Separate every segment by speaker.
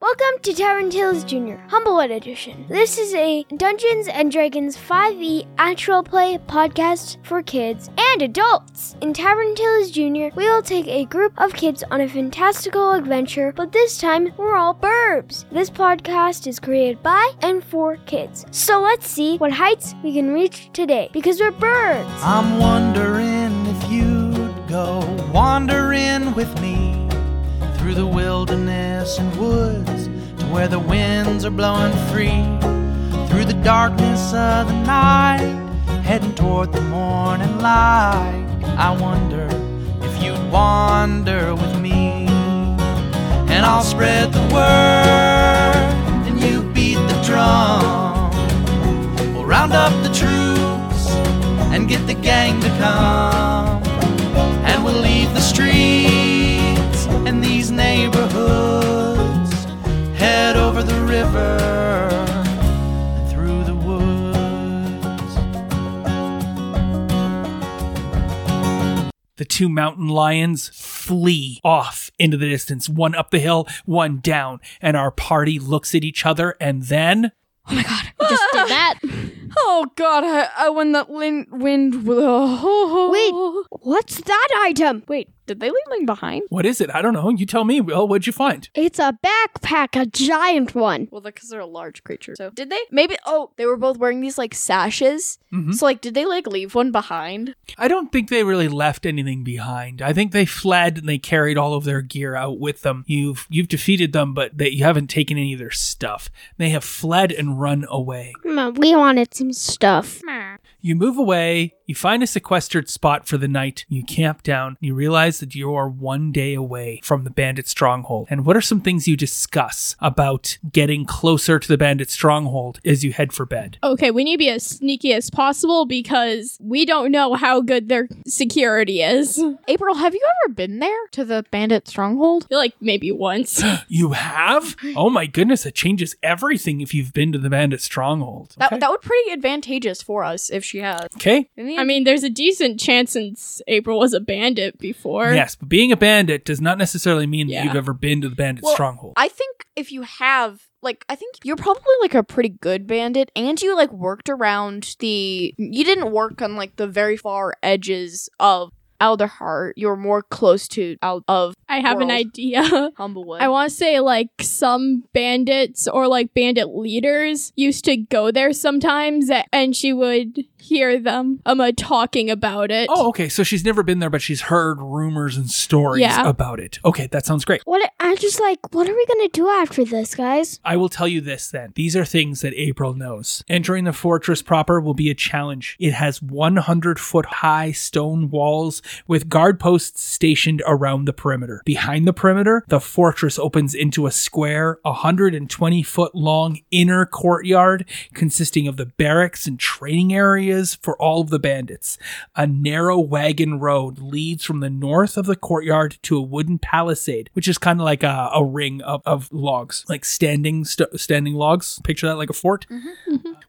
Speaker 1: Welcome to Terran Tales Jr. Humblewood Edition. This is a Dungeons and Dragons 5e actual play podcast for kids and adults. In Tavern Tales Jr., we will take a group of kids on a fantastical adventure, but this time we're all burbs. This podcast is created by and for kids. So let's see what heights we can reach today because we're burbs.
Speaker 2: I'm wondering if you'd go wandering with me through the wilderness and woods to where the winds are blowing free through the darkness of the night heading toward the morning light I wonder if you'd wander with me and I'll spread the word and you beat the drum we'll round up the troops and get the gang to come. And we'll leave the streets and these neighborhoods, head over the river and through the woods.
Speaker 3: The two mountain lions flee off into the distance, one up the hill, one down, and our party looks at each other and then
Speaker 4: just did that.
Speaker 5: Oh god, I, I when that lin- wind will. Oh.
Speaker 1: What's that item? Wait,
Speaker 5: did they leave something behind?
Speaker 3: what is it? I don't know. You tell me. Well, what'd you find?
Speaker 1: it's a backpack, a giant one.
Speaker 5: Well, because they're a large creature. So did they? Maybe. Oh, they were both wearing these like sashes.
Speaker 3: Mhm.
Speaker 5: So like, did they like leave one behind?
Speaker 3: I don't think they really left anything behind. I think they fled and they carried all of their gear out with them. You've you've defeated them, but they, you haven't taken any of their stuff. They have fled and run away.
Speaker 1: Mom, Hmm, we wanted some stuff.
Speaker 3: You move away, you find a sequestered spot for the night, you camp down, you realize that you are one day away from the bandit stronghold. And what are some things you discuss about getting closer to the bandit stronghold as you head for bed?
Speaker 4: Okay, we need to be as sneaky as possible because we don't know how good their security is.
Speaker 5: April, have you ever been there to the bandit stronghold?
Speaker 4: Like maybe once.
Speaker 3: You have? Oh my goodness, it changes everything if you've been to the bandit stronghold.
Speaker 5: That
Speaker 3: okay.
Speaker 5: that would pretty advantageous for us if she has.
Speaker 3: okay.
Speaker 5: In the
Speaker 4: I mean, there's a decent chance since April was a bandit before.
Speaker 3: Yes, but being a bandit does not necessarily mean that
Speaker 4: Yeah.
Speaker 3: you've ever been to the bandit
Speaker 5: Well,
Speaker 3: stronghold.
Speaker 5: I think if you have like I think you're probably like a pretty good bandit and you like worked around the you didn't work on like the very far edges of Alderheart. You were more close to out of
Speaker 4: I have
Speaker 5: World.
Speaker 4: an idea.
Speaker 5: Humblewood.
Speaker 4: I want to say like some bandits or like bandit leaders used to go there sometimes a- and she would hear them um uh, talking about it.
Speaker 3: Oh, okay. So she's never been there, but she's heard rumors and stories
Speaker 4: Yeah.
Speaker 3: about it. Okay, that sounds great.
Speaker 1: What I'm just like, what are we gonna do after this, guys?
Speaker 3: I will tell you this then. These are things that April knows. Entering the fortress proper will be a challenge. It has 100 foot high stone walls with guard posts stationed around the perimeter. Behind the perimeter, the fortress opens into a square, 120 foot long inner courtyard consisting of the barracks and training areas for all of the bandits. A narrow wagon road leads from the north of the courtyard to a wooden palisade, which is kind of like a, a ring of, of logs, like standing st- standing logs. Picture that like a fort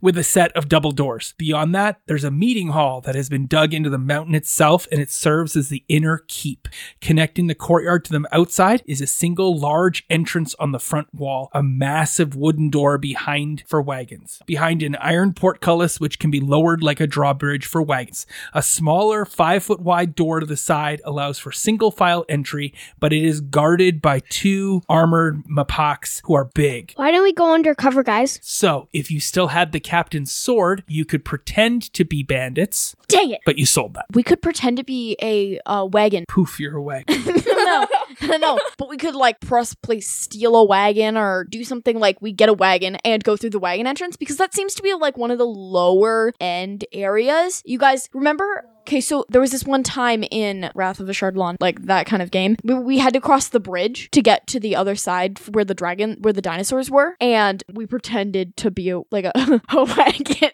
Speaker 3: with a set of double doors. Beyond that, there's a meeting hall that has been dug into the mountain itself and it serves as the inner keep. Connecting the courtyard to the outside is a single large entrance on the front wall, a massive wooden door behind for wagons. Behind an iron portcullis which can be lowered like a drawbridge for wagons. A smaller 5-foot wide door to the side allows for single file entry, but it is guarded by two armored mapacs who are big.
Speaker 1: Why don't we go undercover, guys?
Speaker 3: So, if you still had the captain's sword, you could pretend to be bandits,
Speaker 1: Dang it!
Speaker 3: but you sold that.
Speaker 5: we could pretend to be a uh, wagon.
Speaker 3: Poof, you're away.
Speaker 5: no, no, no. But we could like possibly steal a wagon or do something like we get a wagon and go through the wagon entrance because that seems to be like one of the lower end areas. You guys remember? Okay, so there was this one time in Wrath of the Shardlon, like that kind of game. We, we had to cross the bridge to get to the other side where the dragon, where the dinosaurs were, and we pretended to be a, like a, a wagon.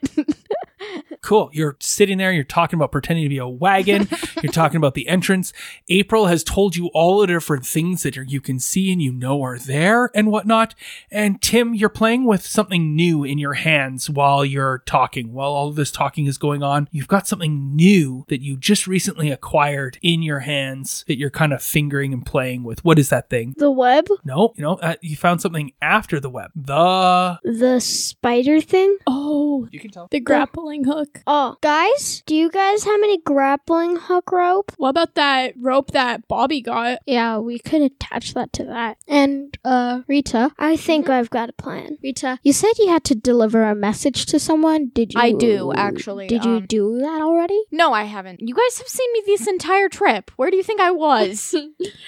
Speaker 3: Cool. You're sitting there, you're talking about pretending to be a wagon, you're talking about the entrance. April has told you all the different things that are, you can see and you know are there and whatnot. And Tim, you're playing with something new in your hands while you're talking. While all this talking is going on, you've got something new that you just recently acquired in your hands that you're kind of fingering and playing with. What is that thing?
Speaker 1: The web?
Speaker 3: No, you know, uh, you found something after the web. The.
Speaker 1: The spider thing?
Speaker 4: Oh,
Speaker 3: You can tell.
Speaker 4: the grappling hook.
Speaker 1: Oh, guys, do you guys have any grappling hook rope?
Speaker 4: What about that rope that Bobby got?
Speaker 6: Yeah, we could attach that to that. And, uh, Rita,
Speaker 1: I think I've got a plan.
Speaker 6: Rita, you said you had to deliver a message to someone. Did you?
Speaker 5: I do, actually,
Speaker 6: Did
Speaker 5: um,
Speaker 6: you do that already?
Speaker 5: No, I haven't. You guys have seen me this entire trip. Where do you think I was?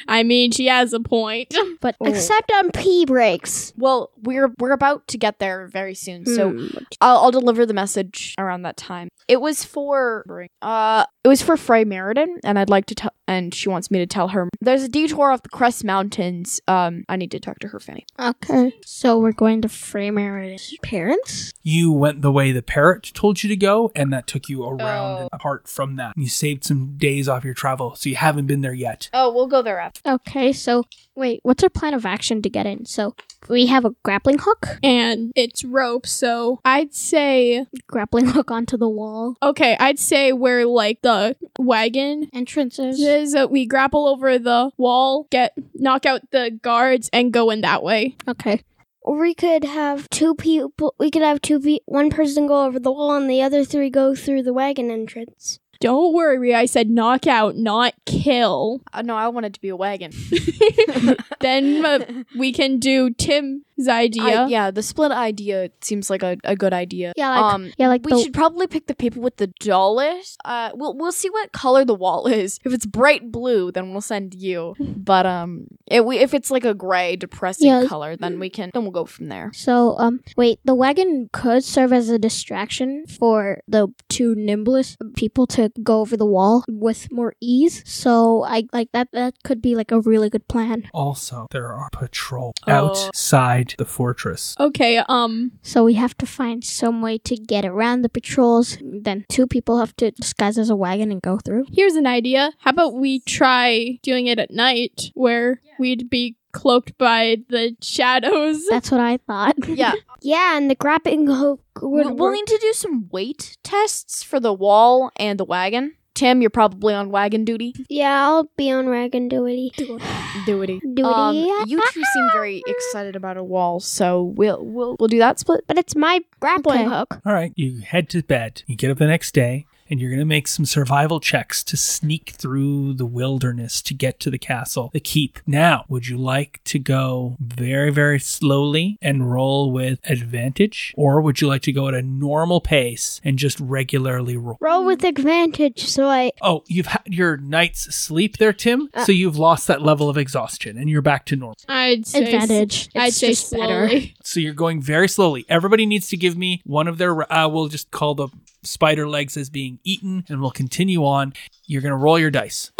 Speaker 4: I mean, she has a point.
Speaker 6: But
Speaker 1: Oh. Except on pee breaks.
Speaker 5: well, we're we're about to get there very soon, so
Speaker 1: Hmm.
Speaker 5: I'll, I'll deliver the message around that time. It was for uh, it was for Frey Meriden, and I'd like to tell, and she wants me to tell her there's a detour off the Crest Mountains. Um, I need to talk to her, Fanny.
Speaker 6: okay, so we're going to frame our parents.
Speaker 3: you went the way the parrot told you to go, and that took you around and apart from that. You saved some days off your travel, so you haven't been there yet.
Speaker 5: Oh, we'll go there after.
Speaker 6: Okay, so wait, what's our plan of action to get in? So we have a grappling hook,
Speaker 4: and it's rope, so I'd say
Speaker 6: grappling hook onto the wall.
Speaker 4: okay, I'd say we're like the wagon
Speaker 6: Entrances.
Speaker 4: is that we grapple over the wall, get knock out the guards, and go in that way.
Speaker 6: Okay.
Speaker 1: Or we could have two people. We could have two pe- one person go over the wall and the other three go through the wagon entrance.
Speaker 4: Don't worry, I said knock out, not kill.
Speaker 5: Uh, no, I wanted to be a wagon.
Speaker 4: Then uh, we can do Tim's idea.
Speaker 5: I- yeah, the split idea seems like a, a good idea.
Speaker 6: Yeah, like,
Speaker 5: um,
Speaker 6: yeah, like
Speaker 5: we
Speaker 6: the,
Speaker 5: should probably pick the people with the dullest. Uh, we'll we'll see what color the wall is. If it's bright blue, then we'll send you. But um, it, we, if it's like a gray, depressing
Speaker 6: Yeah. mm.
Speaker 5: color, then we can then we'll go from there.
Speaker 6: So, um, wait, the wagon could serve as a distraction for the two nimblest people to go over the wall with more ease. So, I like that. That could be like a really good plan.
Speaker 3: Also, there are patrol
Speaker 4: Oh.
Speaker 3: outside the fortress.
Speaker 4: Okay, um,
Speaker 6: So we have to find some way to get around the patrols. Then two people have to disguise as a wagon and go through.
Speaker 4: here's an idea. How about we try doing it at night where we'd be cloaked by the shadows?
Speaker 6: That's what I thought.
Speaker 5: Yeah,
Speaker 1: Yeah, and the grappling hook would
Speaker 5: we'll, we'll
Speaker 1: work.
Speaker 5: need to do some weight tests for the wall and the wagon. Tim, you're probably on wagon duty.
Speaker 1: Yeah, I'll be on wagon duty.
Speaker 5: Duty.
Speaker 1: Duty.
Speaker 5: Um, you two seem very excited about a wall, so we'll we'll we'll do that split.
Speaker 1: but it's my grappling
Speaker 6: Okay.
Speaker 1: hook.
Speaker 3: All right, you head to bed. You get up the next day, and you're going to make some survival checks to sneak through the wilderness to get to the castle, the keep. Now, would you like to go very, very slowly and roll with advantage, or would you like to go at a normal pace and just regularly roll?
Speaker 1: Roll with advantage, so I.
Speaker 3: Oh, you've had your night's sleep there, Tim. so you've lost that level of exhaustion and you're back to normal.
Speaker 4: I'd say
Speaker 6: Advantage.
Speaker 4: I'd
Speaker 6: It's
Speaker 4: say
Speaker 6: just better.
Speaker 4: slowly.
Speaker 3: So you're going very slowly. Everybody needs to give me one of their, uh, we'll just call the spider legs as being eaten and we'll continue on. You're going to roll your dice.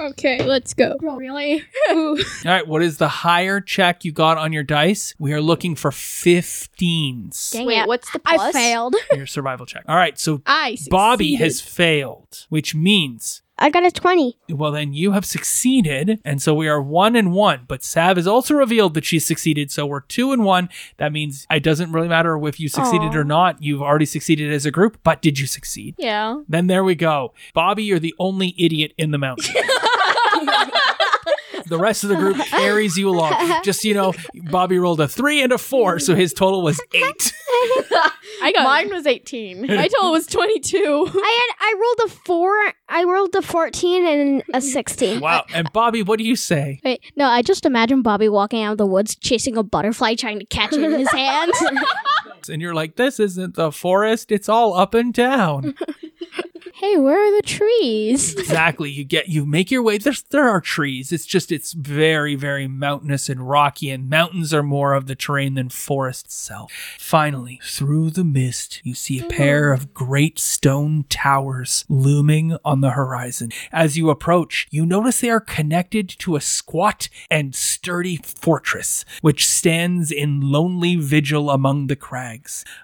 Speaker 4: Okay, let's go. Really? Ooh.
Speaker 3: All right. What is the higher check you got on your dice? We are looking for 15s.
Speaker 6: Dang
Speaker 5: Wait,
Speaker 6: it.
Speaker 5: what's the
Speaker 6: I
Speaker 5: plus?
Speaker 6: failed.
Speaker 3: Your survival check. All right. So
Speaker 4: I succeeded.
Speaker 3: Bobby has failed, which means
Speaker 1: I got a 20.
Speaker 3: Well, then you have succeeded, and so we are one and one. But Sav has also revealed that she's succeeded, so we're two and one. That means it doesn't really matter if you succeeded or not. You've already succeeded as a group, but did you succeed?
Speaker 5: Yeah.
Speaker 3: Then there we go. Bobby, you're the only idiot in the mountain. the rest of the group carries you along. Just so you know, Bobby rolled a three and a four, so his total was eight.
Speaker 4: I got
Speaker 5: Mine was eighteen.
Speaker 4: My total was 22.
Speaker 1: I had. I rolled a 4, I rolled a 14 and a 16.
Speaker 3: Wow. And Bobby, what do you say?
Speaker 6: Wait, no, I just imagine Bobby walking out of the woods, chasing a butterfly, trying to catch it in his hands.
Speaker 3: And you're like, this isn't the forest, it's all up and down.
Speaker 6: hey, where are the trees?
Speaker 3: exactly. You get you make your way. There's there are trees. It's just it's very very mountainous and rocky, and mountains are more of the terrain than forest itself. Finally, through the mist, you see a pair of great stone towers looming on the horizon. As you approach, you notice they are connected to a squat and sturdy fortress, which stands in lonely vigil among the crags.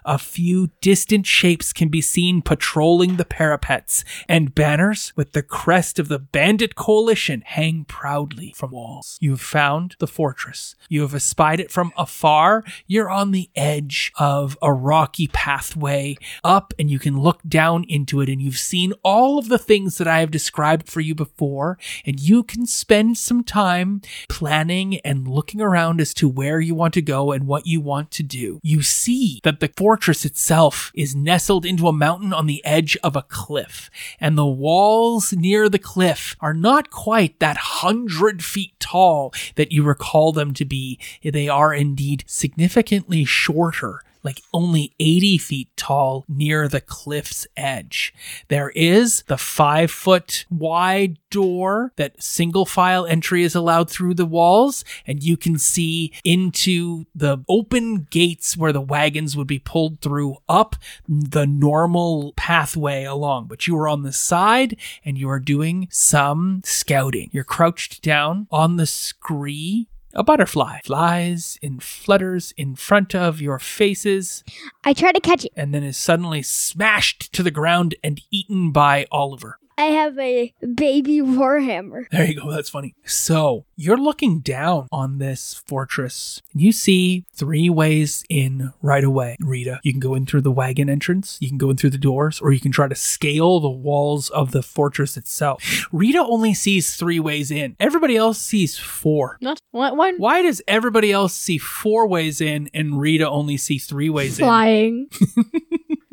Speaker 3: A few distant shapes can be seen patrolling the parapets, and banners with the crest of the bandit coalition hang proudly from walls. You've found the fortress. You have espied it from afar. You're on the edge of a rocky pathway up, and you can look down into it, and you've seen all of the things that I have described for you before, and you can spend some time planning and looking around as to where you want to go and what you want to do. You see that the fortress itself is nestled into a mountain on the edge of a cliff, and the walls near the cliff are not quite that hundred feet tall that you recall them to be. They are indeed significantly shorter like only 80 feet tall near the cliff's edge. There is the five foot wide door that single file entry is allowed through the walls, and you can see into the open gates where the wagons would be pulled through up the normal pathway along. But you are on the side and you are doing some scouting. You're crouched down on the scree a butterfly flies and flutters in front of your faces
Speaker 6: I try to catch it.
Speaker 3: and then is suddenly smashed to the ground and eaten by Oliver.
Speaker 6: I have a baby warhammer.
Speaker 3: There you go. That's funny. So you're looking down on this fortress. and You see three ways in right away, Rita. You can go in through the wagon entrance, you can go in through the doors, or you can try to scale the walls of the fortress itself. Rita only sees three ways in, everybody else sees four.
Speaker 5: Not one. one.
Speaker 3: Why does everybody else see four ways in and Rita only sees three ways
Speaker 6: Flying.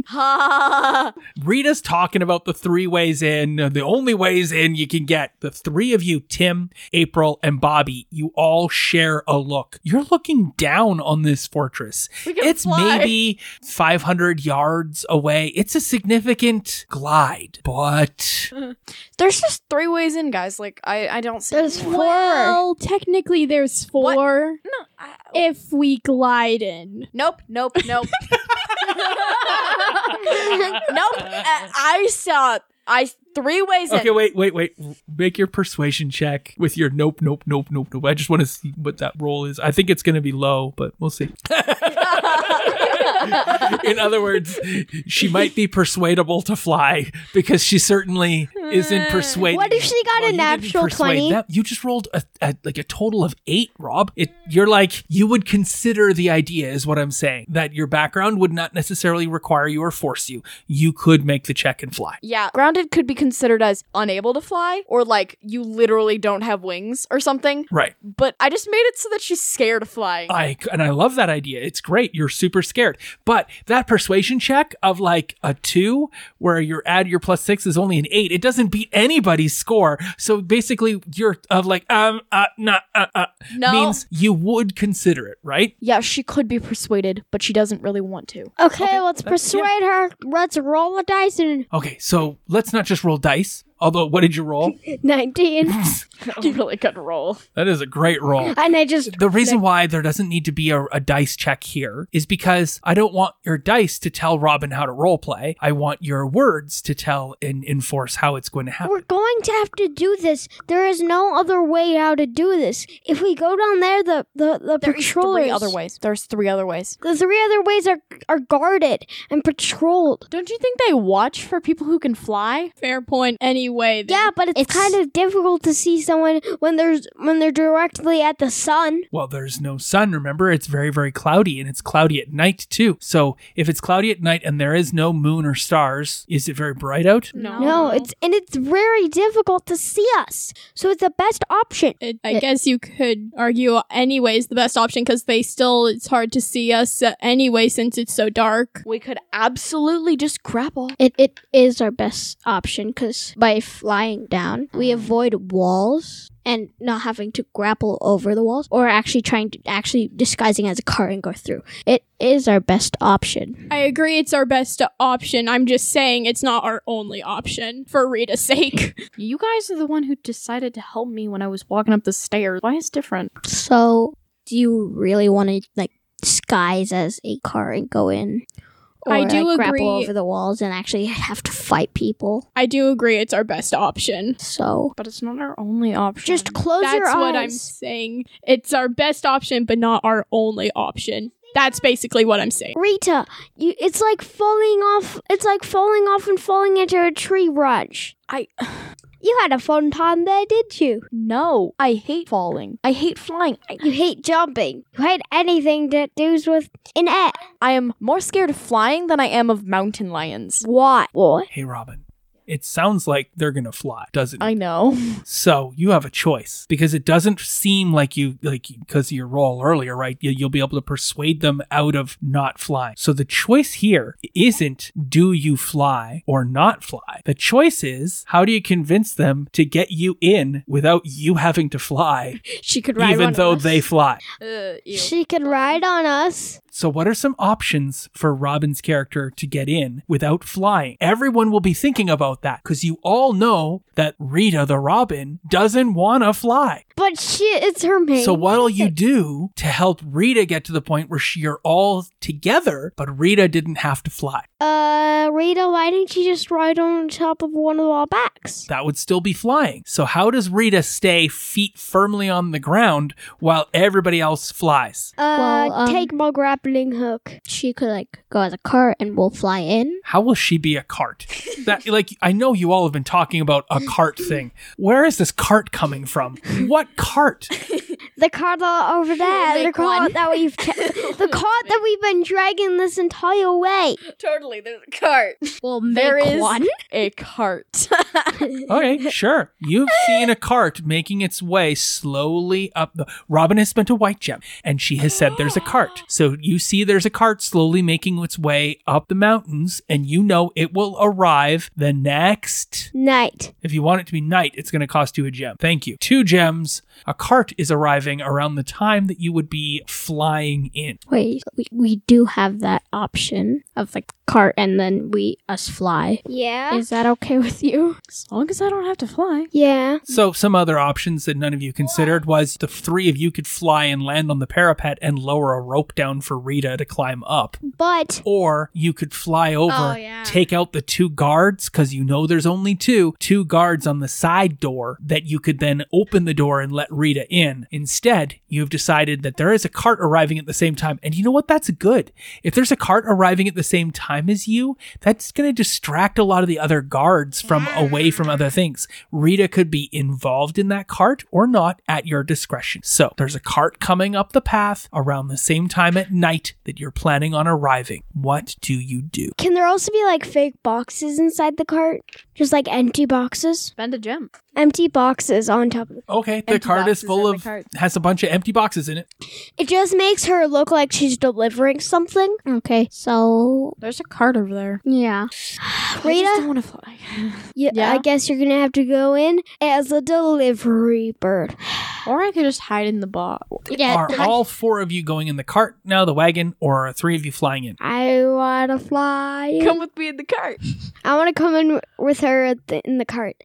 Speaker 5: Ha!
Speaker 3: in? Rita's talking about the three ways in, uh, the only ways in you can get. The three of you, Tim, April, and Bobby, you all share a look. You're looking down on this fortress.
Speaker 5: We can
Speaker 3: It's
Speaker 5: fly.
Speaker 3: maybe 500 yards away. It's a significant glide, but
Speaker 5: There's just three ways in, guys. Like I, I don't see.
Speaker 6: There's
Speaker 5: anyone.
Speaker 6: four.
Speaker 4: Well, technically, there's
Speaker 5: What?
Speaker 4: four
Speaker 5: No. I,
Speaker 4: if we glide in.
Speaker 5: nope. Nope. Nope. nope. Uh, I saw. I three ways
Speaker 3: okay,
Speaker 5: in.
Speaker 3: wait, wait, wait. Make your persuasion check with your nope, nope, nope, nope, nope. I just want to see what that roll is. I think it's going to be low, but we'll see. In other words, she might be persuadable to fly because she certainly isn't persuaded.
Speaker 6: Hmm. What if she got
Speaker 3: Well, you
Speaker 6: a
Speaker 3: didn't
Speaker 6: natural
Speaker 3: persuade
Speaker 6: 20?
Speaker 3: them. You just rolled a, a like a total of eight, Rob. It you're like you would consider the idea is what I'm saying that your background would not necessarily require you or force you. You could make the check and fly.
Speaker 5: Yeah, grounded could be considered as unable to fly, or like you literally don't have wings or something.
Speaker 3: Right.
Speaker 5: But I just made it so that she's scared of flying.
Speaker 3: I and I love that idea. It's great. You're super scared, but that persuasion check of like a two, where your add your plus six is only an eight. It doesn't beat anybody's score. So basically, you're of like um uh nah, uh uh
Speaker 5: no.
Speaker 3: means you would consider it, right?
Speaker 5: yeah, she could be persuaded, but she doesn't really want to.
Speaker 6: Okay,
Speaker 3: that's-
Speaker 6: let's
Speaker 3: yeah.
Speaker 6: persuade her. Let's roll the dice and
Speaker 3: Okay, so let's not just roll dice. Although, what did you roll?
Speaker 6: 19.
Speaker 5: really good roll.
Speaker 3: that is a great roll.
Speaker 6: and I just
Speaker 3: The reason why there doesn't need to be a, a dice check here is because I don't want your dice to tell Robin how to role play. I want your words to tell and enforce how it's going to happen.
Speaker 6: We're going to have to do this. There is no other way how to do this. If we go down there, the the, the
Speaker 5: There's
Speaker 6: patrollers,
Speaker 5: three other ways. There's three other ways.
Speaker 6: the three other ways are are guarded and patrolled.
Speaker 5: Don't you think they watch for people who can fly?
Speaker 4: Fair point. Anyway, then.
Speaker 6: Yeah, but it's,
Speaker 4: It's-
Speaker 6: kind of difficult to see someone when there's when they're directly at the sun.
Speaker 3: Well, there's no sun. Remember, it's very, very cloudy, and it's cloudy at night too. So, if it's cloudy at night and there is no moon or stars, is it very bright out?
Speaker 6: No, it's and it's very difficult to see us. So it's the best option.
Speaker 4: It, I
Speaker 6: It-
Speaker 4: guess you could argue, anyways, the best option because they still, it's hard to see us uh, anyway since it's so dark.
Speaker 5: We could absolutely just grapple.
Speaker 6: It it is our best option because by life lying down. We avoid walls and not having to grapple over the walls or actually trying to actually disguising as a car and go through. It is our best option.
Speaker 4: I agree it's our best option. I'm just saying it's not our only option for Rita's sake.
Speaker 5: You guys are the one who decided to help me when I was walking up the stairs. Why is different?
Speaker 6: So, do you really want to like disguise as a car and go in? Or,
Speaker 4: I do
Speaker 6: like,
Speaker 4: agree-
Speaker 6: grapple over the walls and actually have to fight people.
Speaker 4: I do agree it's our best option.
Speaker 6: So,
Speaker 5: But it's not our only option.
Speaker 6: just close
Speaker 4: Um, That's
Speaker 6: your eyes.
Speaker 4: what I'm saying. It's our best option, but not our only option. That's basically what I'm saying.
Speaker 1: Rita, you, it's like falling off. It's like falling off and falling into a tree branch.
Speaker 5: I-
Speaker 1: You had a fun time there, did you?
Speaker 5: no. I hate falling. I hate flying. I,
Speaker 1: You hate jumping. You hate anything that deals with in air.
Speaker 5: I am more scared of flying than I am of mountain lions.
Speaker 1: Why? Why?
Speaker 3: Hey, Robin. It sounds like they're gonna fly, doesn't it?
Speaker 5: I know.
Speaker 3: So you have a choice because it doesn't seem like you like because of your role earlier, right? You, you'll be able to persuade them out of not flying. So the choice here isn't do you fly or not fly. The choice is how do you convince them to get you in without you having to fly,
Speaker 6: she could ride
Speaker 3: even
Speaker 6: one
Speaker 3: though
Speaker 6: of us.
Speaker 3: they fly.
Speaker 5: Uh,
Speaker 1: She can ride on us.
Speaker 3: So, what are some options for Robin's character to get in without flying? Everyone will be thinking about that because you all know that Rita the Robin doesn't want to fly.
Speaker 1: But she, it's her mate.
Speaker 3: So, what'll you do to help Rita get to the point where she are all together, but Rita didn't have to fly?
Speaker 1: Uh, Rita, why didn't you just ride on top of one of our backs?
Speaker 3: That would still be flying. So, how does Rita stay feet firmly on the ground while everybody else flies?
Speaker 1: Uh,
Speaker 6: Well, um,
Speaker 1: take my grappling hook.
Speaker 6: she could like go as a car and we'll fly in.
Speaker 3: How will she be a cart? That like I know you all have been talking about a cart thing. Where is this cart coming from? What cart?
Speaker 1: The cart over there. The
Speaker 5: Make one.
Speaker 1: cart that we've ca- the cart that we've been dragging this entire way.
Speaker 5: Totally, there's a cart.
Speaker 6: Well,
Speaker 5: There is a cart.
Speaker 3: Okay, sure. You've seen a cart making its way slowly up the Robin has spent a white gem and she has said there's a cart. So you see there's a cart slowly making its way up the mountains and you know it will arrive the next
Speaker 1: Night.
Speaker 3: if you want it to be night, it's going to cost you a gem. Thank you. Two gems. A cart is arriving around the time that you would be flying in.
Speaker 6: Wait, we, we do have that option of like cart and then we us fly.
Speaker 1: Yeah.
Speaker 6: Is that okay with you?
Speaker 5: as long as I don't have to fly.
Speaker 1: yeah.
Speaker 3: So some other options that none of you considered was the three of you could fly and land on the parapet and lower a rope down for Rita to climb up.
Speaker 1: But
Speaker 3: Or you could fly over,
Speaker 6: Oh, yeah.
Speaker 3: take out the two guards, because you know there's only two, two guards on the side door that you could then open the door and let Rita in. Instead, you've decided that there is a cart arriving at the same time. And you know what? That's good. If there's a cart arriving at the same time as you, that's going to distract a lot of the other guards from away from other things. Rita could be involved in that cart or not at your discretion. So there's a cart coming up the path around the same time at night that you're planning on arriving. What do you do?
Speaker 1: can there also be like fake boxes inside the cart? Just like empty boxes?
Speaker 5: Spend a gem.
Speaker 1: Empty boxes on top of it.
Speaker 3: Okay, the
Speaker 5: Empty
Speaker 3: cart is
Speaker 5: boxes
Speaker 3: full
Speaker 5: in the
Speaker 3: of
Speaker 5: cart.
Speaker 3: has a bunch of empty boxes in it.
Speaker 1: It just makes her look like she's delivering something.
Speaker 6: Okay, so
Speaker 5: There's a cart over there.
Speaker 6: yeah.
Speaker 5: I just
Speaker 1: Rita,
Speaker 5: don't want to fly.
Speaker 1: yeah,
Speaker 5: yeah.
Speaker 1: I guess you're gonna have to go in as a delivery bird.
Speaker 5: or I could just hide in the box.
Speaker 6: Yeah,
Speaker 3: Are all four of you going in the cart now, the wagon, or are three of you flying in?
Speaker 1: I wanna fly. in.
Speaker 5: with me in the cart.
Speaker 1: I wanna come in w- with her at the, in the cart.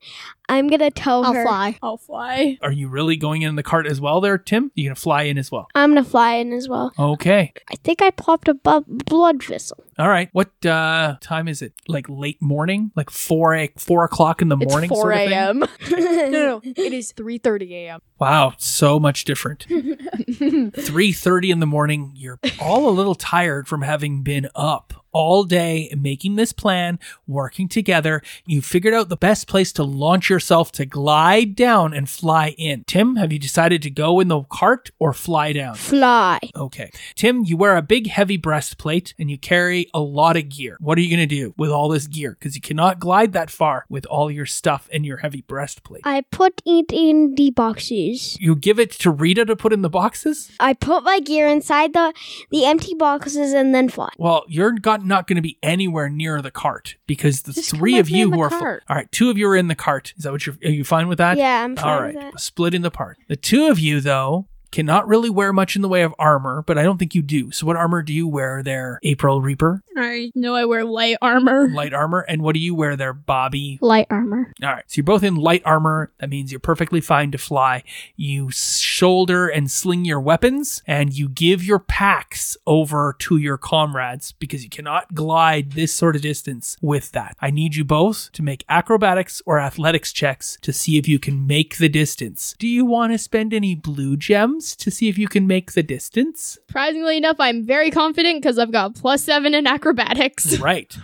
Speaker 1: I'm gonna tell
Speaker 6: I'll
Speaker 1: her.
Speaker 6: fly.
Speaker 4: I'll fly.
Speaker 3: Are you really going in the cart as well there, Tim? You're gonna fly in as well.
Speaker 1: I'm gonna fly in as well.
Speaker 3: Okay.
Speaker 1: I think I popped a bu- blood vessel.
Speaker 3: All right. What uh time is it? Like late morning? Like four a- four o'clock in the
Speaker 5: It's
Speaker 3: morning?
Speaker 5: 4
Speaker 3: sort of thing?
Speaker 5: a.m. no, no, it is 3:30 a.m.
Speaker 3: Wow, so much different. 3:30 in the morning, you're all a little tired from having been up all day making this plan, working together. You figured out the best place to launch yourself to glide down and fly in. Tim, have you decided to go in the cart or fly down?
Speaker 1: Fly.
Speaker 3: Okay. Tim, you wear a big heavy breastplate and you carry a lot of gear. What are you going to do with all this gear? Because you cannot glide that far with all your stuff and your heavy breastplate.
Speaker 1: I put it in the boxes.
Speaker 3: you give it to Rita to put in the boxes?
Speaker 1: I put my gear inside the the empty boxes and then fly.
Speaker 3: Well, you're got I'm not going to be anywhere near the cart because the
Speaker 5: Just come
Speaker 3: three
Speaker 5: with
Speaker 3: of
Speaker 5: me
Speaker 3: you
Speaker 5: in the
Speaker 3: who are fu-
Speaker 5: cart.
Speaker 3: all right, two of you are in the cart. Is that what you're? Are you fine with that?
Speaker 1: yeah, I'm fine
Speaker 3: All
Speaker 1: with
Speaker 3: right,
Speaker 1: that.
Speaker 3: split in the part. The two of you though cannot really wear much in the way of armor, but I don't think you do. So what armor do you wear there, April Reaper?
Speaker 4: I know I wear light armor.
Speaker 3: Light armor, and what do you wear there, Bobby?
Speaker 6: Light armor.
Speaker 3: All right, so you're both in light armor. That means you're perfectly fine to fly. You shoulder and sling your weapons, and you give your packs over to your comrades because you cannot glide this sort of distance with that. I need you both to make acrobatics or athletics checks to see if you can make the distance. Do you want to spend any blue gems to see if you can make the distance?
Speaker 4: Surprisingly enough, I'm very confident because I've got plus seven in acrobatics.
Speaker 3: Right.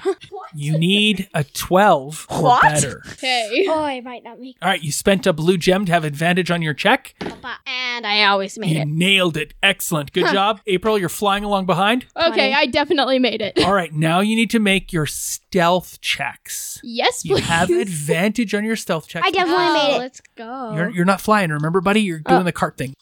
Speaker 3: you need a 12 or
Speaker 5: What?
Speaker 3: better.
Speaker 4: Okay.
Speaker 1: Oh, I might not make
Speaker 3: All right, you spent a blue gem to have advantage on your check.
Speaker 6: And I always made
Speaker 3: you
Speaker 6: it.
Speaker 3: nailed it. Excellent. Good job. April, you're flying along behind.
Speaker 4: Okay,
Speaker 6: Twenty.
Speaker 4: I definitely made it.
Speaker 3: All right, now you need to make your stealth checks.
Speaker 4: Yes,
Speaker 3: You
Speaker 4: please.
Speaker 3: have advantage on your stealth checks.
Speaker 1: I definitely made it.
Speaker 6: Let's go.
Speaker 3: You're, you're not flying, remember, buddy? You're doing the cart thing.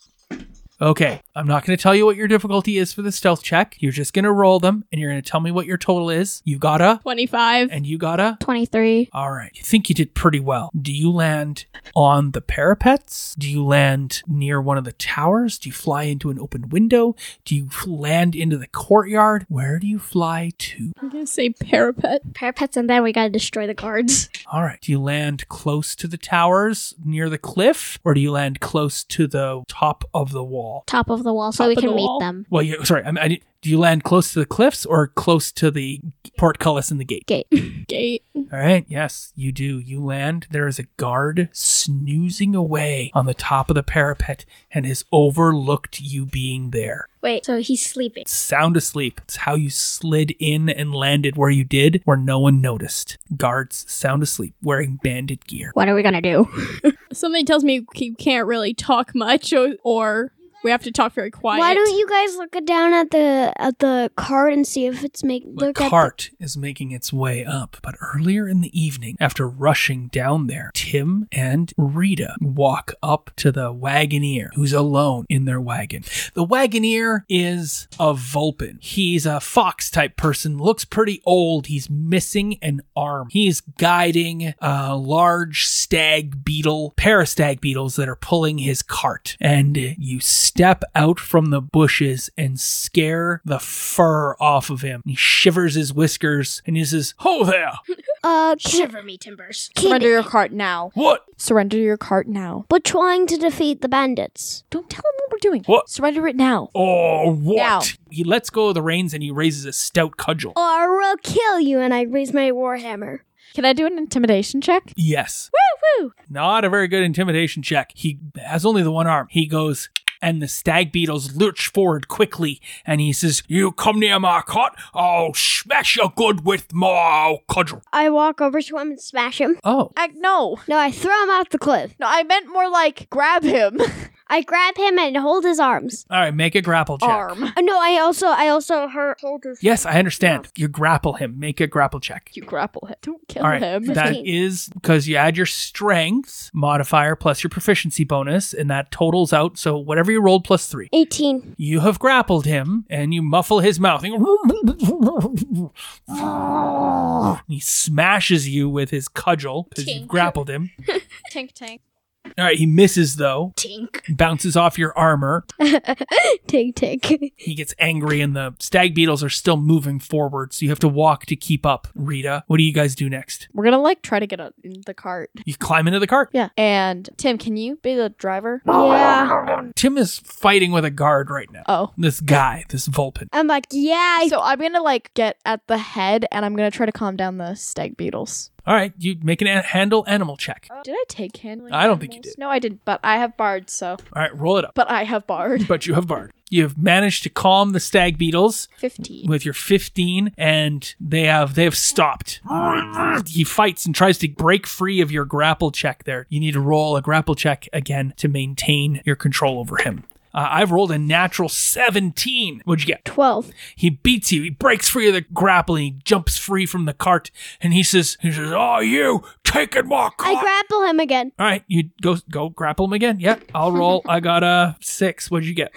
Speaker 3: Okay, I'm not going to tell you what your difficulty is for the stealth check. You're just going to roll them and you're going to tell me what your total is. You got a,
Speaker 4: 25.
Speaker 3: and you got a.
Speaker 6: 23.
Speaker 3: All right, you think you did pretty well. Do you land on the parapets? Do you land near one of the towers? Do you fly into an open window? Do you f- land into the courtyard? Where do you fly to?
Speaker 4: I'm going to say parapet.
Speaker 6: Parapets, and then we gotta destroy the guards.
Speaker 3: All right, do you land close to the towers near the cliff, or do you land close to the top of the wall?
Speaker 6: Top of the wall so
Speaker 4: Top
Speaker 6: we
Speaker 4: of
Speaker 6: can
Speaker 4: the
Speaker 6: meet
Speaker 4: wall.
Speaker 6: them.
Speaker 3: Well, you, sorry, I, mean, I, didn't- do you land close to the cliffs or close to the portcullis and the gate?
Speaker 6: Gate.
Speaker 4: Gate.
Speaker 3: All right, yes, you do. You land. There is a guard snoozing away on the top of the parapet and has overlooked you being there.
Speaker 6: Wait, so he's sleeping.
Speaker 3: Sound asleep. It's how you slid in and landed where you did, where no one noticed. Guards sound asleep, wearing bandit gear.
Speaker 6: What are we gonna do?
Speaker 4: Something tells me you can't really talk much or, or we have to talk very quiet.
Speaker 1: Why don't you guys look down at the at the cart and see if it's make
Speaker 3: The
Speaker 1: look at
Speaker 3: cart is making its way up, but earlier in the evening, after rushing down there, Tim and Rita walk up to the wagoneer who's alone in their wagon. The wagoneer is a Vulpin. He's a fox type person, looks pretty old. He's missing an arm. He's guiding a large stag beetle, pair of stag beetles that are pulling his cart. And you step out from the bushes and scare the fur off of him. He shivers his whiskers and he says, Ho there!
Speaker 1: the uh can,
Speaker 6: Shiver me timbers.
Speaker 1: can,
Speaker 5: Surrender your cart now.
Speaker 3: What?
Speaker 5: Surrender your cart now.
Speaker 1: but trying to defeat the bandits.
Speaker 5: Don't tell him what we're doing.
Speaker 3: What?
Speaker 5: Surrender it now.
Speaker 3: Oh, what?
Speaker 5: Now.
Speaker 3: He lets go of the reins and he raises a stout cudgel.
Speaker 1: Or I'll "Oh, kill you and I raise my warhammer.
Speaker 5: Can I do an intimidation check?
Speaker 3: Yes.
Speaker 5: Woo woo.
Speaker 3: Not a very good intimidation check. He has only the one arm. He goes, and the stag beetles lurch forward quickly, and he says, You come near my cot, I'll smash you good with my cudgel.
Speaker 1: I walk over to him and smash him.
Speaker 3: Oh.
Speaker 5: I, no.
Speaker 1: No, I throw him off the cliff.
Speaker 5: No, I meant more like grab him.
Speaker 1: I grab him and hold his arms.
Speaker 3: All right, make a grapple check.
Speaker 5: Arm.
Speaker 1: Uh, no, I also I also hurt hold his
Speaker 3: Yes, I understand. You grapple him. Make a grapple check.
Speaker 5: You grapple him. Don't kill
Speaker 3: All right,
Speaker 5: him.
Speaker 3: that
Speaker 1: 15.
Speaker 3: is because you add your strength modifier plus your proficiency bonus, and that totals out. So whatever you rolled plus three.
Speaker 1: eighteen.
Speaker 3: You have grappled him, and you muffle his mouth. He smashes you with his cudgel because you've
Speaker 4: Tink.
Speaker 3: grappled him.
Speaker 4: Tank, tank.
Speaker 3: All right, he misses though,
Speaker 6: Tink.
Speaker 3: bounces off your armor.
Speaker 1: Take take.
Speaker 3: He gets angry, and the stag beetles are still moving forward, so you have to walk to keep up. Rita, what do you guys do next?
Speaker 5: We're gonna like try to get out in the cart.
Speaker 3: You climb into the cart.
Speaker 5: Yeah. And Tim, can you be the driver?
Speaker 1: Yeah.
Speaker 3: Tim is fighting with a guard right now.
Speaker 5: Oh.
Speaker 3: This guy, this Vulpin.
Speaker 1: I'm like, yeah, I
Speaker 5: So I'm gonna like get at the head and I'm gonna try to calm down the stag beetles.
Speaker 3: All right, you make an an- handle animal check.
Speaker 5: Oh. Did I take handling?
Speaker 3: I don't think you
Speaker 5: animals?
Speaker 3: did.
Speaker 5: No, I didn't, but I have barred, so
Speaker 3: All right, roll it up.
Speaker 5: but I have barred.
Speaker 3: But you have barred. You have managed to calm the stag beetles.
Speaker 5: Fifteen.
Speaker 3: with your 15 and they have they have stopped he fights and tries to break free of your grapple check there you need to roll a grapple check again to maintain your control over him Uh, I've rolled a natural 17. What'd you get?
Speaker 4: 12.
Speaker 3: He beats you. He breaks free of the grappling. He jumps free from the cart, and he says, "He says, oh, you taking my cart."
Speaker 1: I grapple him again.
Speaker 3: All right, you go go grapple him again. Yeah, I'll roll. I got a six. What'd you get?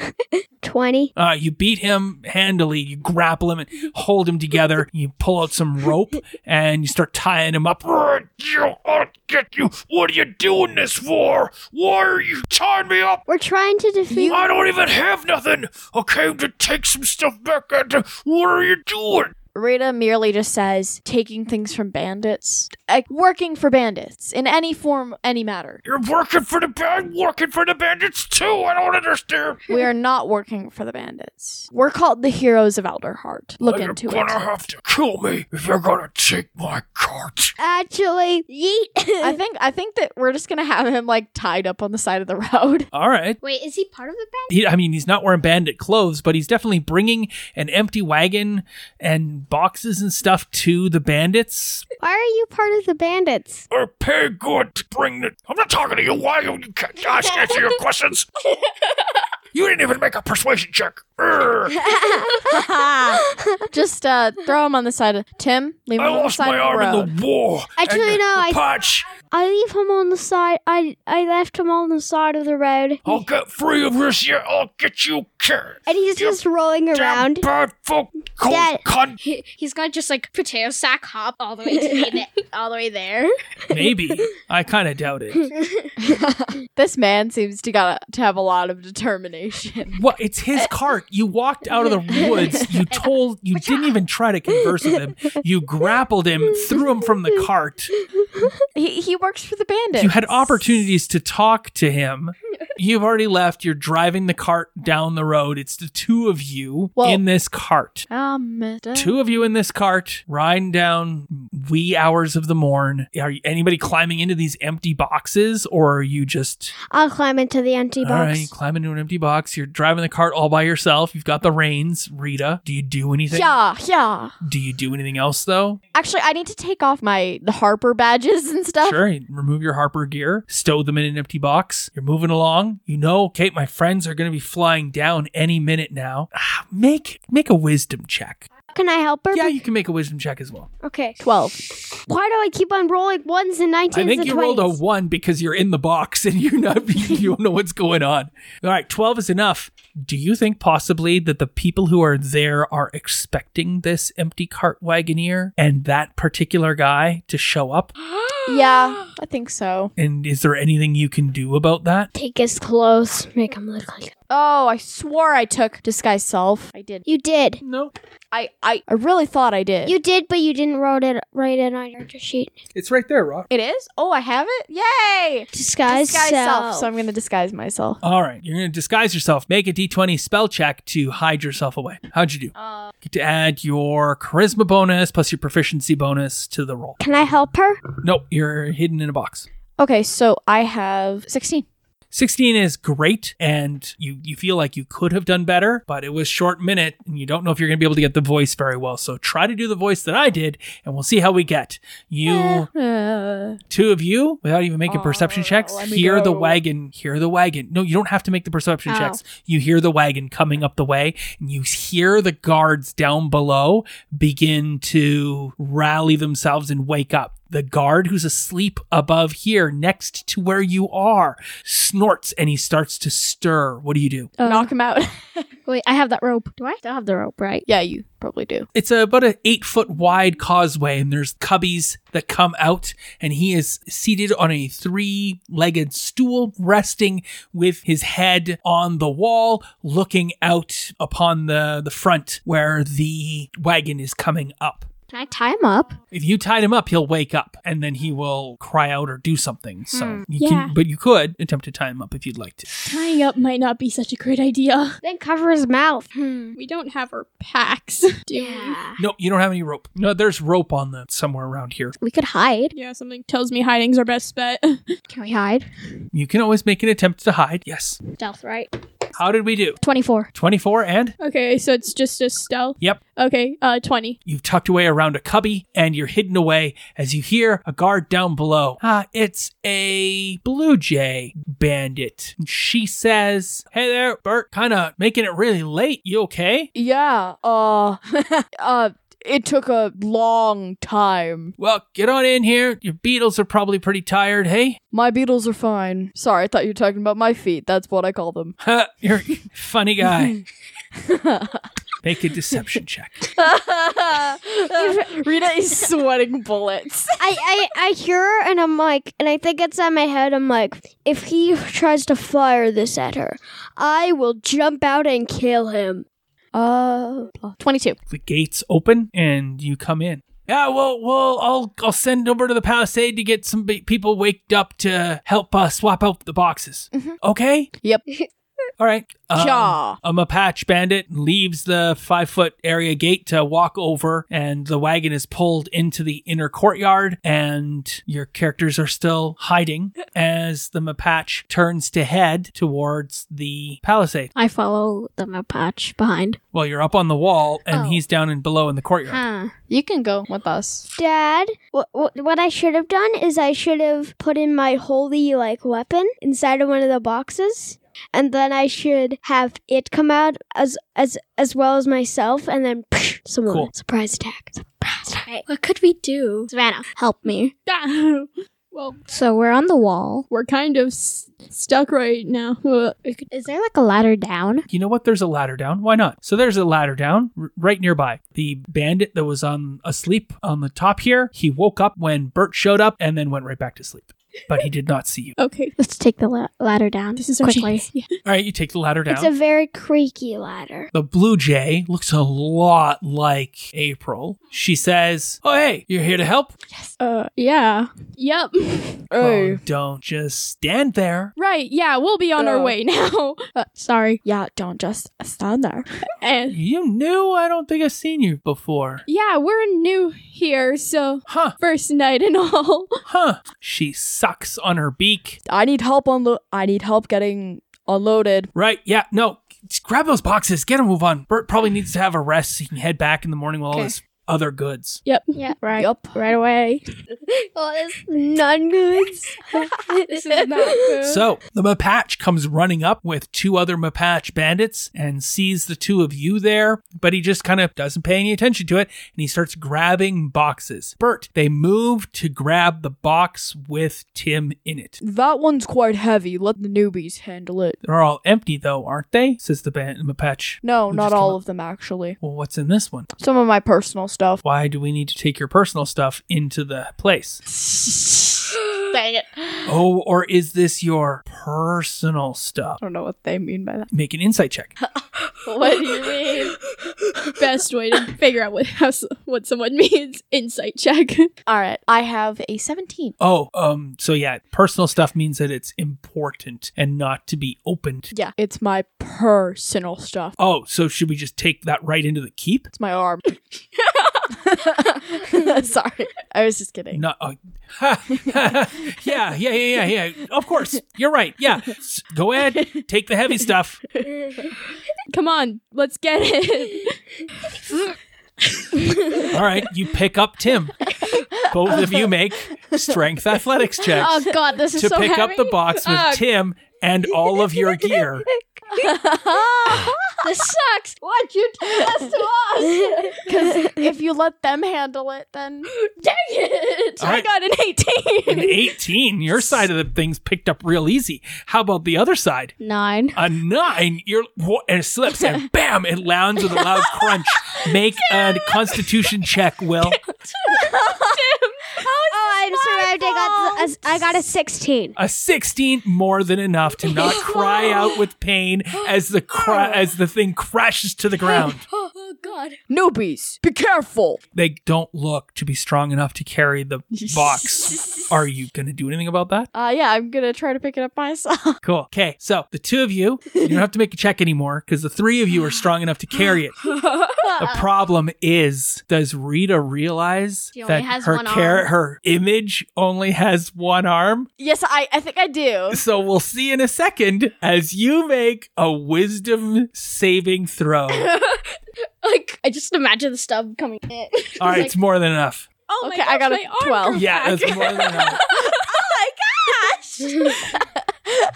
Speaker 1: 20.
Speaker 3: Uh, you beat him handily. You grapple him and hold him together. You pull out some rope and you start tying him up. You- I'll get you. What are you doing this for? Why are you tying me up?
Speaker 1: We're trying to defeat.
Speaker 3: I don't even have nothing. I came to take some stuff back. And uh, what are you doing?
Speaker 5: Rita merely just says taking things from bandits, like working for bandits in any form, any matter.
Speaker 3: You're working for the band, working for the bandits too. I don't understand.
Speaker 5: We are not working for the bandits. We're called the heroes of Elderheart. Look
Speaker 3: You're
Speaker 5: into
Speaker 3: gonna
Speaker 5: it.
Speaker 3: have to kill me if you're gonna take my cart.
Speaker 1: Actually, yeet.
Speaker 5: I think I think that we're just gonna have him like tied up on the side of the road.
Speaker 3: All right.
Speaker 6: Wait, is he part of the band?
Speaker 3: He, I mean, he's not wearing bandit clothes, but he's definitely bringing an empty wagon and boxes and stuff to the bandits.
Speaker 1: Why are you part of the bandits?
Speaker 3: I pay good to bring the. I'm not talking to you. Why you can't ask answer your questions? You didn't even make a persuasion check. Urgh.
Speaker 5: just uh, throw him on the side of Tim. Leave him
Speaker 3: I
Speaker 5: on the
Speaker 3: lost
Speaker 5: side
Speaker 3: my
Speaker 5: of the
Speaker 3: arm
Speaker 5: road.
Speaker 3: in the war.
Speaker 1: Actually,
Speaker 3: And
Speaker 1: no, I-
Speaker 3: Patch,
Speaker 1: I leave him on the side. I I left him on the side of the road.
Speaker 3: I'll get free of this year. I'll get you cured.
Speaker 1: And he's
Speaker 3: You
Speaker 1: just rolling
Speaker 3: Damn
Speaker 1: around.
Speaker 3: bad folk. Cold
Speaker 1: Dad.
Speaker 3: cunt.
Speaker 6: He, he's gonna just like potato sack hop all the way to the, the- all the way there.
Speaker 3: Maybe. I kind of doubt it.
Speaker 5: This man seems to got to have a lot of determination.
Speaker 3: What? It's his cart. You walked out of the woods. You told. You didn't even try to converse with him. You grappled him, threw him from the cart.
Speaker 5: he he works for the bandits.
Speaker 3: You had opportunities to talk to him. You've already left. You're driving the cart down the road. It's the two of you
Speaker 5: Well-
Speaker 3: in this cart.
Speaker 5: Um, Mr.
Speaker 3: Two of you in this cart riding down wee hours of the morn. Are you- anybody climbing into these empty boxes, or are you just
Speaker 1: I'll climb into the empty
Speaker 3: All
Speaker 1: box.
Speaker 3: right, you climb into an empty box. You're driving the cart all by yourself. You've got the reins. Rita, do you do anything?
Speaker 5: Yeah, yeah.
Speaker 3: Do you do anything else though?
Speaker 5: Actually, I need to take off my the Harper badges and stuff.
Speaker 3: Sure, you remove your Harper gear, stow them in an empty box. You're moving along. You know, okay, my friends are going to be flying down any minute now. Ah, Make make a wisdom check.
Speaker 1: Can I help her?
Speaker 3: Yeah, you can make a wisdom check as well.
Speaker 1: Okay.
Speaker 5: Twelve.
Speaker 1: Why do I keep on rolling ones and 19s
Speaker 3: I think
Speaker 1: and
Speaker 3: you
Speaker 1: 20s?
Speaker 3: rolled a one because you're in the box and you're not you don't know what's going on. All right, twelve is enough. Do you think possibly that the people who are there are expecting this empty cart wagoneer and that particular guy to show up?
Speaker 5: Yeah, I think so.
Speaker 3: And is there anything you can do about that?
Speaker 1: Take his clothes, make him look like.
Speaker 5: Oh, I swore I took disguise self. I did.
Speaker 1: You did.
Speaker 3: No.
Speaker 5: I I, I really thought I did.
Speaker 1: You did, but you didn't wrote it write it on your sheet.
Speaker 3: It's right there, Rock.
Speaker 5: it is? Oh, I have it. Yay!
Speaker 1: Disguise,
Speaker 5: disguise self.
Speaker 1: self.
Speaker 5: So I'm gonna disguise myself.
Speaker 3: All right, you're going to disguise yourself. Make a d20 spell check to hide yourself away. How'd you do? Get to add your charisma bonus plus your proficiency bonus to the roll.
Speaker 1: Can I help her?
Speaker 3: Nope, you're hidden in a box.
Speaker 5: Okay, so I have sixteen.
Speaker 3: 16 is great and you you feel like you could have done better but it was short minute and you don't know if you're going to be able to get the voice very well so try to do the voice that I did and we'll see how we get you
Speaker 5: Uh,
Speaker 3: two of you without even making
Speaker 5: Oh,
Speaker 3: perception checks
Speaker 5: let me
Speaker 3: hear the
Speaker 5: go. Oh.
Speaker 3: wagon hear the wagon no you don't have to make the perception
Speaker 5: Ow.
Speaker 3: checks you hear the wagon coming up the way and you hear the guards down below begin to rally themselves and wake up the guard who's asleep above here next to where you are snorts and he starts to stir what do you do
Speaker 5: knock him out.
Speaker 6: Wait, I have that rope. Do I? Don't have the rope, right?
Speaker 5: yeah, you probably do.
Speaker 3: it's about an eight foot wide causeway and there's cubbies that come out and he is seated on a three legged stool resting with his head on the wall looking out upon the, the front where the wagon is coming up
Speaker 6: Can I tie him up?
Speaker 3: if you tied him up he'll wake up and then he will cry out or do something so
Speaker 6: Hmm.
Speaker 3: you
Speaker 4: yeah.
Speaker 3: can but you could attempt to tie him up if you'd like to
Speaker 4: Tying up might not be such a great idea.
Speaker 1: Then cover his mouth.
Speaker 6: Hmm.
Speaker 4: We don't have our packs, do
Speaker 6: Yeah.
Speaker 3: no you don't have any rope no there's rope on the somewhere around here
Speaker 6: We could hide.
Speaker 4: we? Yeah, something tells me hiding's our best bet.
Speaker 6: Can we hide?
Speaker 3: you can always make an attempt to hide yes
Speaker 6: Stealth, right?
Speaker 3: how did we do
Speaker 6: 24.
Speaker 3: 24 and
Speaker 4: okay, so it's just a stealth.
Speaker 3: Yep.
Speaker 4: Okay, uh, 20.
Speaker 3: You've tucked away around around a cubby and you're hidden away as you hear a guard down below. Ah, it's a blue jay bandit. She says, Hey there, Bert, kind of making it really late. You okay?
Speaker 5: Yeah. Uh. uh. It took a long time.
Speaker 3: Well, get on in here. Your beetles are probably pretty tired, hey?
Speaker 5: My beetles are fine. Sorry, I thought you were talking about my feet. That's what I call them.
Speaker 3: Huh, you're a funny guy. Make a deception check.
Speaker 5: Rita is sweating bullets.
Speaker 1: I, I, I hear her and I'm like, and I think inside my head, I'm like, if he tries to fire this at her, I will jump out and kill him.
Speaker 5: Uh, 22.
Speaker 3: The gates open and you come in. Yeah, well, well, I'll I'll send over to the Palisade to get some be- people waked up to help uh, swap out the boxes. Okay.
Speaker 5: Mm-hmm. Yep.
Speaker 3: All right. Um,
Speaker 5: Jaw.
Speaker 3: A Mapatch bandit leaves the five foot area gate to walk over, and the wagon is pulled into the inner courtyard, and your characters are still hiding as the Mapatch turns to head towards the Palisade.
Speaker 6: I follow the Apache behind.
Speaker 3: Well, you're up on the wall, and
Speaker 6: Oh.
Speaker 3: he's down and below in the courtyard.
Speaker 6: Huh.
Speaker 5: You can go with us.
Speaker 1: Dad, what, what, what I should have done is I should have put in my holy, like, weapon inside of one of the boxes. And then I should have it come out as as as well as myself, and then someone
Speaker 3: Cool.
Speaker 1: surprise attack.
Speaker 6: What could we do? Savannah, help me.
Speaker 4: well,
Speaker 6: So we're on the wall.
Speaker 4: we're kind of s- stuck right now. Uh, we could-
Speaker 6: Is there like a ladder down?
Speaker 3: you know what? There's a ladder down. Why not? So there's a ladder down r- right nearby. The bandit that was on asleep on the top here, he woke up when Bert showed up and then went right back to sleep. But he did not see you.
Speaker 4: Okay,
Speaker 6: Let's take the la- ladder down
Speaker 4: this is our
Speaker 6: quickly.
Speaker 4: chance. Yeah.
Speaker 3: All right, you take the ladder down.
Speaker 1: It's a very creaky ladder.
Speaker 3: the blue jay looks a lot like April. She says, "Oh hey, you're here to help?
Speaker 4: Uh, yeah. Yep.
Speaker 3: Oh, don't just stand there."
Speaker 4: right. Yeah, we'll be on our
Speaker 5: Uh.
Speaker 4: way now. Uh, sorry.
Speaker 5: Yeah, don't just stand there.
Speaker 4: And
Speaker 3: You knew I don't think I've seen you before.
Speaker 4: yeah, we're new here, so
Speaker 3: Huh,
Speaker 4: first night and all.
Speaker 3: huh. She sucks on her beak.
Speaker 5: I need help unlo- I need help getting unloaded.
Speaker 3: Right. Yeah. No. Just grab those boxes. Get a move on. Bert probably needs to have a rest so he can head back in the morning with all
Speaker 6: Okay.
Speaker 3: his other goods.
Speaker 6: Yeah, right.
Speaker 5: Yup.
Speaker 6: Right away.
Speaker 1: Oh, it's none goods.
Speaker 4: This is not good.
Speaker 3: So the Mapatch comes running up with two other Mapatch bandits and sees the two of you there, but he just kind of doesn't pay any attention to it and he starts grabbing boxes. Bert, they move to grab the box with Tim in it.
Speaker 5: That one's quite heavy. Let the newbies handle it.
Speaker 3: They're all empty though, aren't they? Says the band- Mapatch.
Speaker 5: No,
Speaker 3: Who
Speaker 5: not
Speaker 3: just come
Speaker 5: all
Speaker 3: up?
Speaker 5: of them actually.
Speaker 3: Well, what's in this one?
Speaker 5: Some of my personal stuff.
Speaker 3: Why do we need to take your personal stuff into the place?
Speaker 5: Dang it. I
Speaker 3: Oh, or is this your personal stuff?
Speaker 5: don't know what they mean by that.
Speaker 3: Make an insight check.
Speaker 4: What do you mean? Best way to figure out what how, s- what someone means: insight check.
Speaker 5: All right, I have a 17.
Speaker 3: Oh, um, so yeah, personal stuff means that it's important and not to be opened.
Speaker 5: Yeah, it's my personal stuff.
Speaker 3: Oh, so should we just take that right into the keep?
Speaker 5: It's my arm. Sorry, I was just kidding.
Speaker 3: No. Uh, yeah, yeah, yeah, yeah, yeah. Of course, you're right. Yeah, S- go ahead, take the heavy stuff.
Speaker 4: Come on, let's get it.
Speaker 3: All right, you pick up Tim. Both of you make strength athletics checks
Speaker 4: Oh God, this is
Speaker 3: to
Speaker 4: so
Speaker 3: pick up
Speaker 4: heavy. Oh.
Speaker 3: the box with
Speaker 4: Ugh.
Speaker 3: Tim and all of your gear.
Speaker 5: this sucks. What you do this to us? Because if you let them handle it, then dang it!
Speaker 3: All right.
Speaker 5: I got an
Speaker 3: An
Speaker 5: 18.
Speaker 3: 18, your side of the things picked up real easy. How about the other side?
Speaker 6: Nine.
Speaker 3: A nine, you're, wha- and it slips and bam, it lands with a loud crunch. Make a constitution check, Will.
Speaker 1: Oh, I'm survived. I got the- a, I got a 16.
Speaker 3: A 16 more than enough to not cry out with pain as the cra- as the thing crashes to the ground.
Speaker 5: Newbies, be careful.
Speaker 3: They don't look to be strong enough to carry the box. Are you going to do anything about that?
Speaker 5: Uh, yeah, I'm gonna try to pick it up myself.
Speaker 3: Cool. Okay, so the two of you, you don't have to make a check anymore because the three of you are strong enough to carry it. The problem is, does Rita realize
Speaker 6: She only
Speaker 3: that
Speaker 6: has
Speaker 3: her
Speaker 6: one arm.
Speaker 3: her image only has one arm?
Speaker 5: yes, I, I think I do.
Speaker 3: So we'll see in a second as you make a wisdom saving throw.
Speaker 5: Like
Speaker 6: I just imagine the stub coming in.
Speaker 3: All right, it's more than enough.
Speaker 4: Oh
Speaker 5: Okay, I got a 12.
Speaker 4: grew
Speaker 3: Yeah,
Speaker 4: back.
Speaker 3: that's more than enough.
Speaker 5: oh my gosh!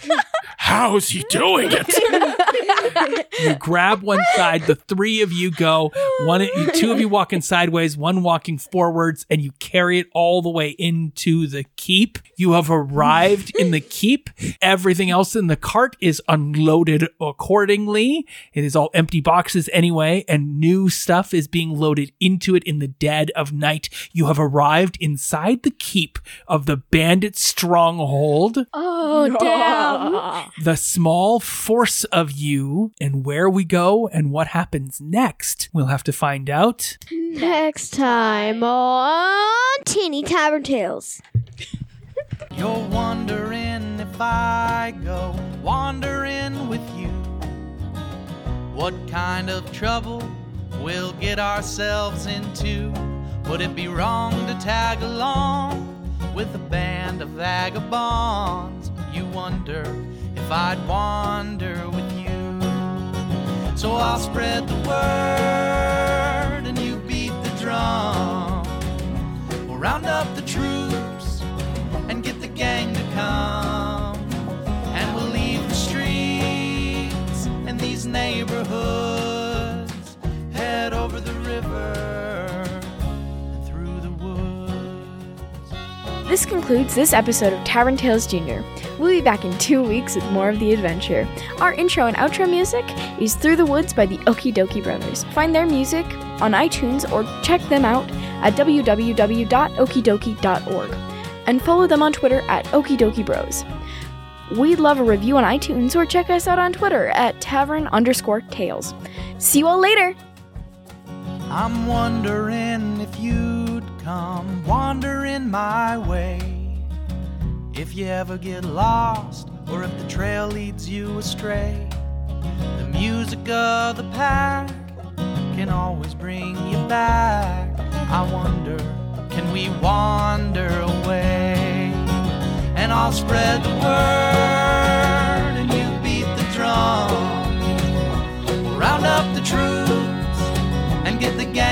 Speaker 3: How's he doing it? you grab one side, the three of you go, one you- two of you walking sideways, one walking forwards, and you carry it all the way into the keep. You have arrived in the keep. Everything else in the cart is unloaded accordingly. It is all empty boxes anyway, and new stuff is being loaded into it in the dead of night. You have arrived inside the keep of the bandit stronghold
Speaker 4: Oh damn!
Speaker 3: the small force of you and where we go and what happens next. We'll have to find out.
Speaker 6: Next time on Teeny Tavern Tales.
Speaker 2: You're wondering if I go wandering with you. What kind of trouble we'll get ourselves into? Would it be wrong to tag along with a band of vagabonds? You wonder if I'd wander with you. So I'll spread the word and you beat the drum. We'll round up the troops and get the gang to come. And we'll leave the streets and these neighborhoods, head over the river and through the woods.
Speaker 5: This concludes this episode of Tavern Tales Jr. We'll be back in two weeks with more of the adventure. Our intro and outro music is Through the Woods by the Okie Dokie Brothers. Find their music on iTunes or check them out at www.okidoki.org and follow them on Twitter at Okidoki Bros. We'd love a review on iTunes or check us out on Twitter at tavern underscore tales. See you all later!
Speaker 2: I'm wondering if you'd come wandering my way. If you ever get lost, or if the trail leads you astray, the music of the pack can always bring you back. I wonder, can we wander away? And I'll spread the word, and you beat the drum. Round up the troops and get the gang.